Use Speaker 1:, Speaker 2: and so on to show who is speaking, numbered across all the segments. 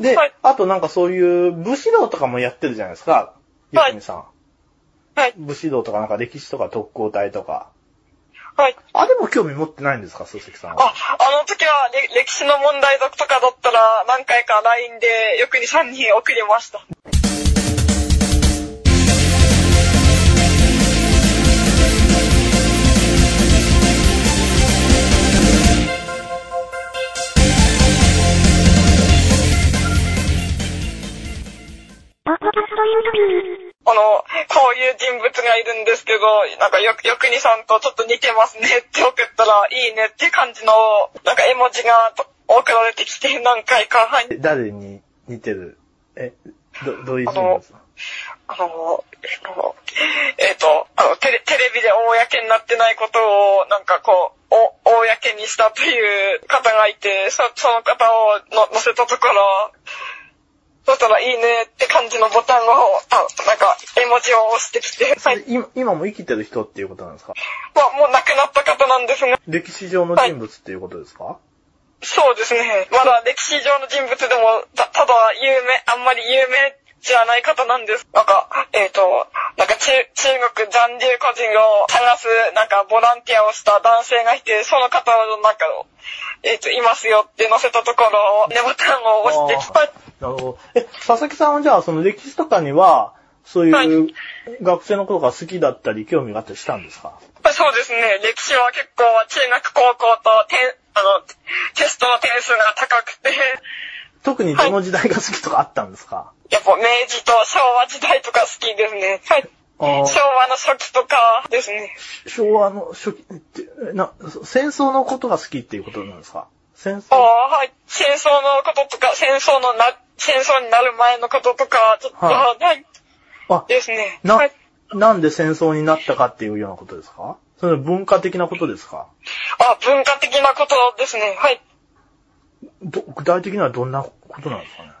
Speaker 1: で、
Speaker 2: はい
Speaker 1: あとなんかそういう武士道とかもやってるじゃないですか。ゆ
Speaker 2: はい
Speaker 1: きみさん。
Speaker 2: はい。
Speaker 1: 武士道とかなんか歴史とか特攻隊とか。
Speaker 2: はい。
Speaker 1: あ、でも興味持ってないんですか、鈴木さん
Speaker 2: あ、
Speaker 1: は。
Speaker 2: あの時は、れ歴史の問題読とかだったら、何回か LINE で、よくに3人送りました。あの、こういう人物がいるんですけど、なんかよ、よくにさんとちょっと似てますねって送ったら、いいねって感じの、なんか絵文字がと送られてきて、何回か、はい。
Speaker 1: え誰に似てるえ、ど、どういう人物ですか
Speaker 2: あの、えっと、えっと、あの、テレテレビで公になってないことを、なんかこう、お、公にしたという方がいて、そその方をの乗せたところ、そしたらいいねって感じのボタンを、あなんか、絵文字を押してきて、はい。
Speaker 1: で今今も生きてる人っていうことなんですか
Speaker 2: まあ、もう亡くなった方なんですが、
Speaker 1: 歴史上の人物っていうことですか、
Speaker 2: そうですね。まだ歴史上の人物でも、たただ有名、あんまり有名じゃない方なんです。なんか、えっ、と、なんか中中国残留個人を探す、なんかボランティアをした男性がいて、その方のなんか、えっ、と、いますよって載せたところを、ね、ボタンを押してきた。
Speaker 1: なるほど。え、佐々木さんはじゃあその歴史とかには、そういう学生の頃から好きだったり興味があったりしたんですか
Speaker 2: そうですね。歴史は結構、中学高校と、てんあの、テストの点数が高くて、
Speaker 1: 特にどの時代が好きとかあったんですか、
Speaker 2: やっぱ明治と昭和時代とか好きですね。はい。
Speaker 1: あー
Speaker 2: 昭和の初期とかですね。
Speaker 1: 昭和の初期って、えな、戦争のことが好きっていうことなんですか戦
Speaker 2: あ
Speaker 1: 争
Speaker 2: あ、はい。戦争のこととか、戦争のな、戦争になる前のこととか、ちょっと、
Speaker 1: は
Speaker 2: はい。
Speaker 1: あ、
Speaker 2: ですね。
Speaker 1: な
Speaker 2: はい。、
Speaker 1: なんで戦争になったかっていうようなことですかそれ文化的なことですか
Speaker 2: あ、文化的なことですね。はい。
Speaker 1: ど具体的にはどんなことなんですかね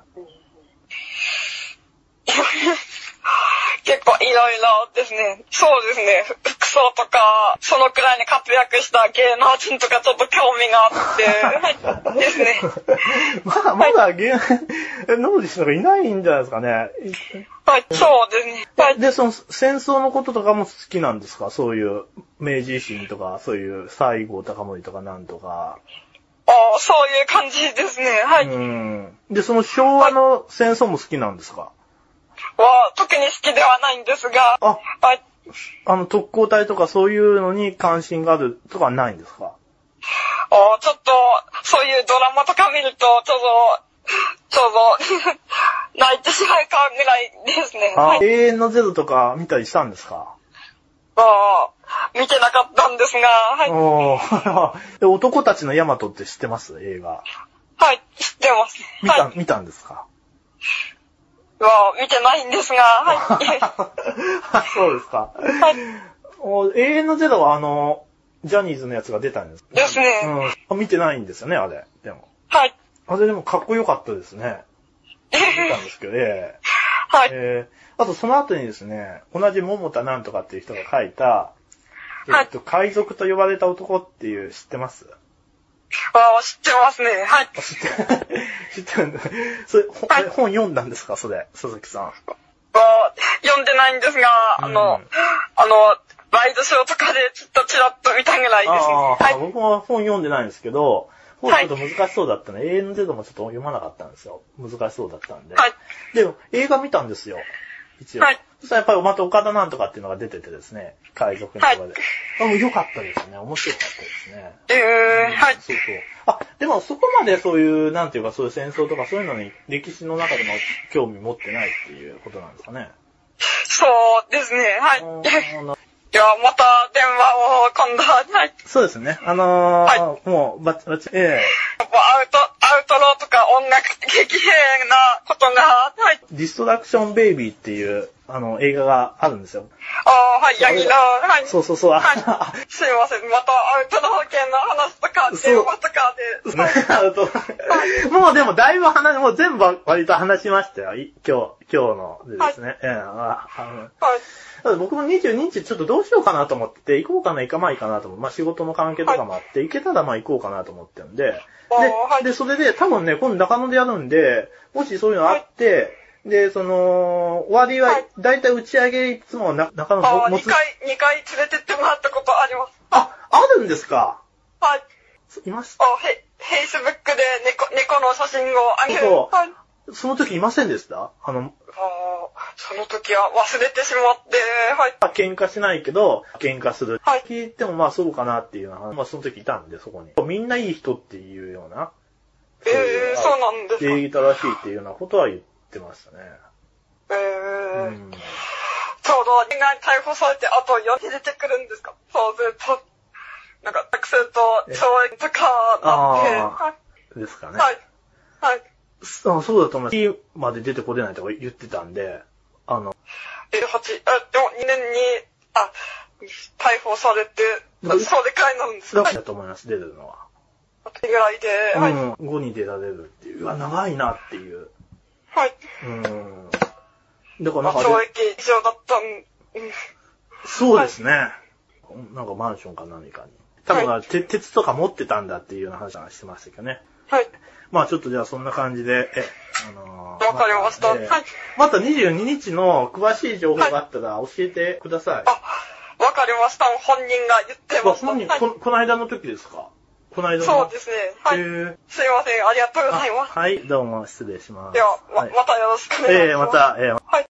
Speaker 2: 結構いろいろですね。そうですね。ふ服装とか、そのくらいに活躍した芸能人とかちょっと興味があって、はい。ですね。
Speaker 1: まあ、まだ芸、ノーディスなんかいないんじゃないですかね。
Speaker 2: はい。そうですね。はい。
Speaker 1: で、その戦争のこととかも好きなんですかそういう、明治維新とか、そういう西郷隆盛とかなんとか。
Speaker 2: あそういう感じですね。は
Speaker 1: う
Speaker 2: い。
Speaker 1: ん。で、その昭和の戦争も好きなんですか
Speaker 2: は、特に好きではないんですが、
Speaker 1: あ、
Speaker 2: はい。
Speaker 1: あの特攻隊とかそういうのに関心があるとかはないんですか
Speaker 2: あーちょっと、そういうドラマとか見ると、ちょっと、ちょっと、泣いてしまうかぐらいですね。は
Speaker 1: あ、
Speaker 2: い。
Speaker 1: 永遠のゼロとか見たりしたんですか
Speaker 2: あー見てなかったんですが、はい。
Speaker 1: おー で男たちのヤマトって知ってます映画。
Speaker 2: はい、知ってます。
Speaker 1: 見た、
Speaker 2: はい。
Speaker 1: 見たんですか
Speaker 2: は見てないんです が、はい。
Speaker 1: あそうですか。
Speaker 2: はい。
Speaker 1: お永遠のゼロはあの、ジャニーズのやつが出たんです。
Speaker 2: ですね
Speaker 1: うんあ。見てないんですよね、あれ。でも。
Speaker 2: はい。
Speaker 1: あれでもかっこよかったですね。見たんですけど、え
Speaker 2: は
Speaker 1: え
Speaker 2: い。
Speaker 1: ええあとその後にですね、同じ桃田なんとかっていう人が書いた、
Speaker 2: はい
Speaker 1: えっと、海賊と呼ばれた男っていう知って ます
Speaker 2: あー知ってますね。はい。
Speaker 1: あ知って、知ってるんだ。それ、ほ
Speaker 2: はい
Speaker 1: え本読んだんですかそれ、佐々木さん。
Speaker 2: は読んでないんですが、あの、
Speaker 1: うん
Speaker 2: あの、ライドショーとかでちょっとチラッと見たぐらいですね。
Speaker 1: ああ、
Speaker 2: はい。
Speaker 1: 僕も本読んでないんですけど、本
Speaker 2: は
Speaker 1: ちょ
Speaker 2: い
Speaker 1: っと難しそうだったね。永遠のゼロもちょっと読まなかったんですよ。難しそうだったんで。
Speaker 2: はい。
Speaker 1: でも、映画見たんですよ。一応。
Speaker 2: はい
Speaker 1: そしたらやっぱりまた岡田なんとかっていうのが出ててですね、海賊のところで。あもう良かったですね。面白かったですね。
Speaker 2: えー、はい。
Speaker 1: そうそう。あ、でもそこまでそういう、なんていうかそういう戦争とかそういうのに歴史の中でも興味持ってないっていうことなんですかね。
Speaker 2: そうですね。はい。
Speaker 1: う
Speaker 2: い
Speaker 1: ーん
Speaker 2: や、また電話を今度は、はい。
Speaker 1: そうですね。あのーもう、ばっちばっち、ええ
Speaker 2: アウト、アウトローとか音楽激変なことが、はい。
Speaker 1: ディストラクションベイビーっていう、あの、映画があるんですよ。
Speaker 2: あーはい、ヤギの、はい。
Speaker 1: そうそうそう。あ
Speaker 2: はい。すいません。またアウトロー系の話とか、
Speaker 1: そう
Speaker 2: 電話とかで。はい。
Speaker 1: あのもうでもだいぶ話、もう全部割と話しましたよ。い今日、今日のでですね。ええああ
Speaker 2: はい。
Speaker 1: のただ僕も22日ちょっとどうしようかなと思ってて、行こうかな、行かないかなと思って、まあ仕事の関係とかもあって、行けたらまあ行こうかなと思ってるんで、で
Speaker 2: あーはい
Speaker 1: で、それで、で、多分ね、今度中野でやるんで、もしそういうのあって、で、その、終わり
Speaker 2: は
Speaker 1: は、
Speaker 2: い
Speaker 1: だいたい打ち上げ、いつもな中野
Speaker 2: あ
Speaker 1: の
Speaker 2: あ、2回、二回連れてってもらったことあります。
Speaker 1: あ、あるんですか
Speaker 2: はい。
Speaker 1: いまし
Speaker 2: あ、フェイスブックで猫、猫の写真をあげる。
Speaker 1: そう
Speaker 2: はい。
Speaker 1: たその時いませんでしたあの、
Speaker 2: ああ、その時は忘れてしまって、はい。
Speaker 1: まあ喧嘩しないけど、喧嘩する。
Speaker 2: はい
Speaker 1: 聞いてもまあそうかなっていうのは、まあその時いたんで、そこに。みんないい人っていうような、そう
Speaker 2: ええー、そうなんですか。
Speaker 1: 礼儀正しいっていうようなことは言ってましたね。
Speaker 2: え
Speaker 1: う
Speaker 2: え
Speaker 1: ん。
Speaker 2: ちょうどみんな逮捕されて、あと4日出てくるんですかそう、ずっと。なんか、学生と懲役とかなって、
Speaker 1: あ
Speaker 2: はい。
Speaker 1: ですかね。
Speaker 2: はい。はい。
Speaker 1: あそうだと思います。まで出てこれないとか言ってたんで、あの、
Speaker 2: え、8、あ、でも2年に、あ、逮捕されて、
Speaker 1: うん
Speaker 2: それくらいなんです
Speaker 1: だ
Speaker 2: か、はい、
Speaker 1: だと思います、出るのは。
Speaker 2: ぐらいで、はい。は
Speaker 1: うん。5に出られるっていう。うわ、長いなっていう。
Speaker 2: い。
Speaker 1: うん。だからな
Speaker 2: ま
Speaker 1: ん
Speaker 2: あ、
Speaker 1: かね、
Speaker 2: 懲役以上だったん、うん。
Speaker 1: そうですね。なんかマンションか何かに。多分、
Speaker 2: は
Speaker 1: て鉄とか持ってたんだっていうような話はしてましたけどね。
Speaker 2: はい。
Speaker 1: まあちょっとじゃあそんな感じで、え、あのー
Speaker 2: わかりました。
Speaker 1: えー
Speaker 2: はい。
Speaker 1: また22日の詳しい情報があったら教えてください。
Speaker 2: あ、わかりました。本人が言って
Speaker 1: まあ
Speaker 2: ました。
Speaker 1: 本人、
Speaker 2: はい
Speaker 1: こ、この間の時ですかこの間の。
Speaker 2: そうですね。はい。
Speaker 1: へー
Speaker 2: すいません。ありがとうござい
Speaker 1: あ
Speaker 2: ます。
Speaker 1: はい、どうも失礼します。
Speaker 2: では、ま
Speaker 1: はい
Speaker 2: またよろしくお願いします。
Speaker 1: ええまた、ええ
Speaker 2: はい。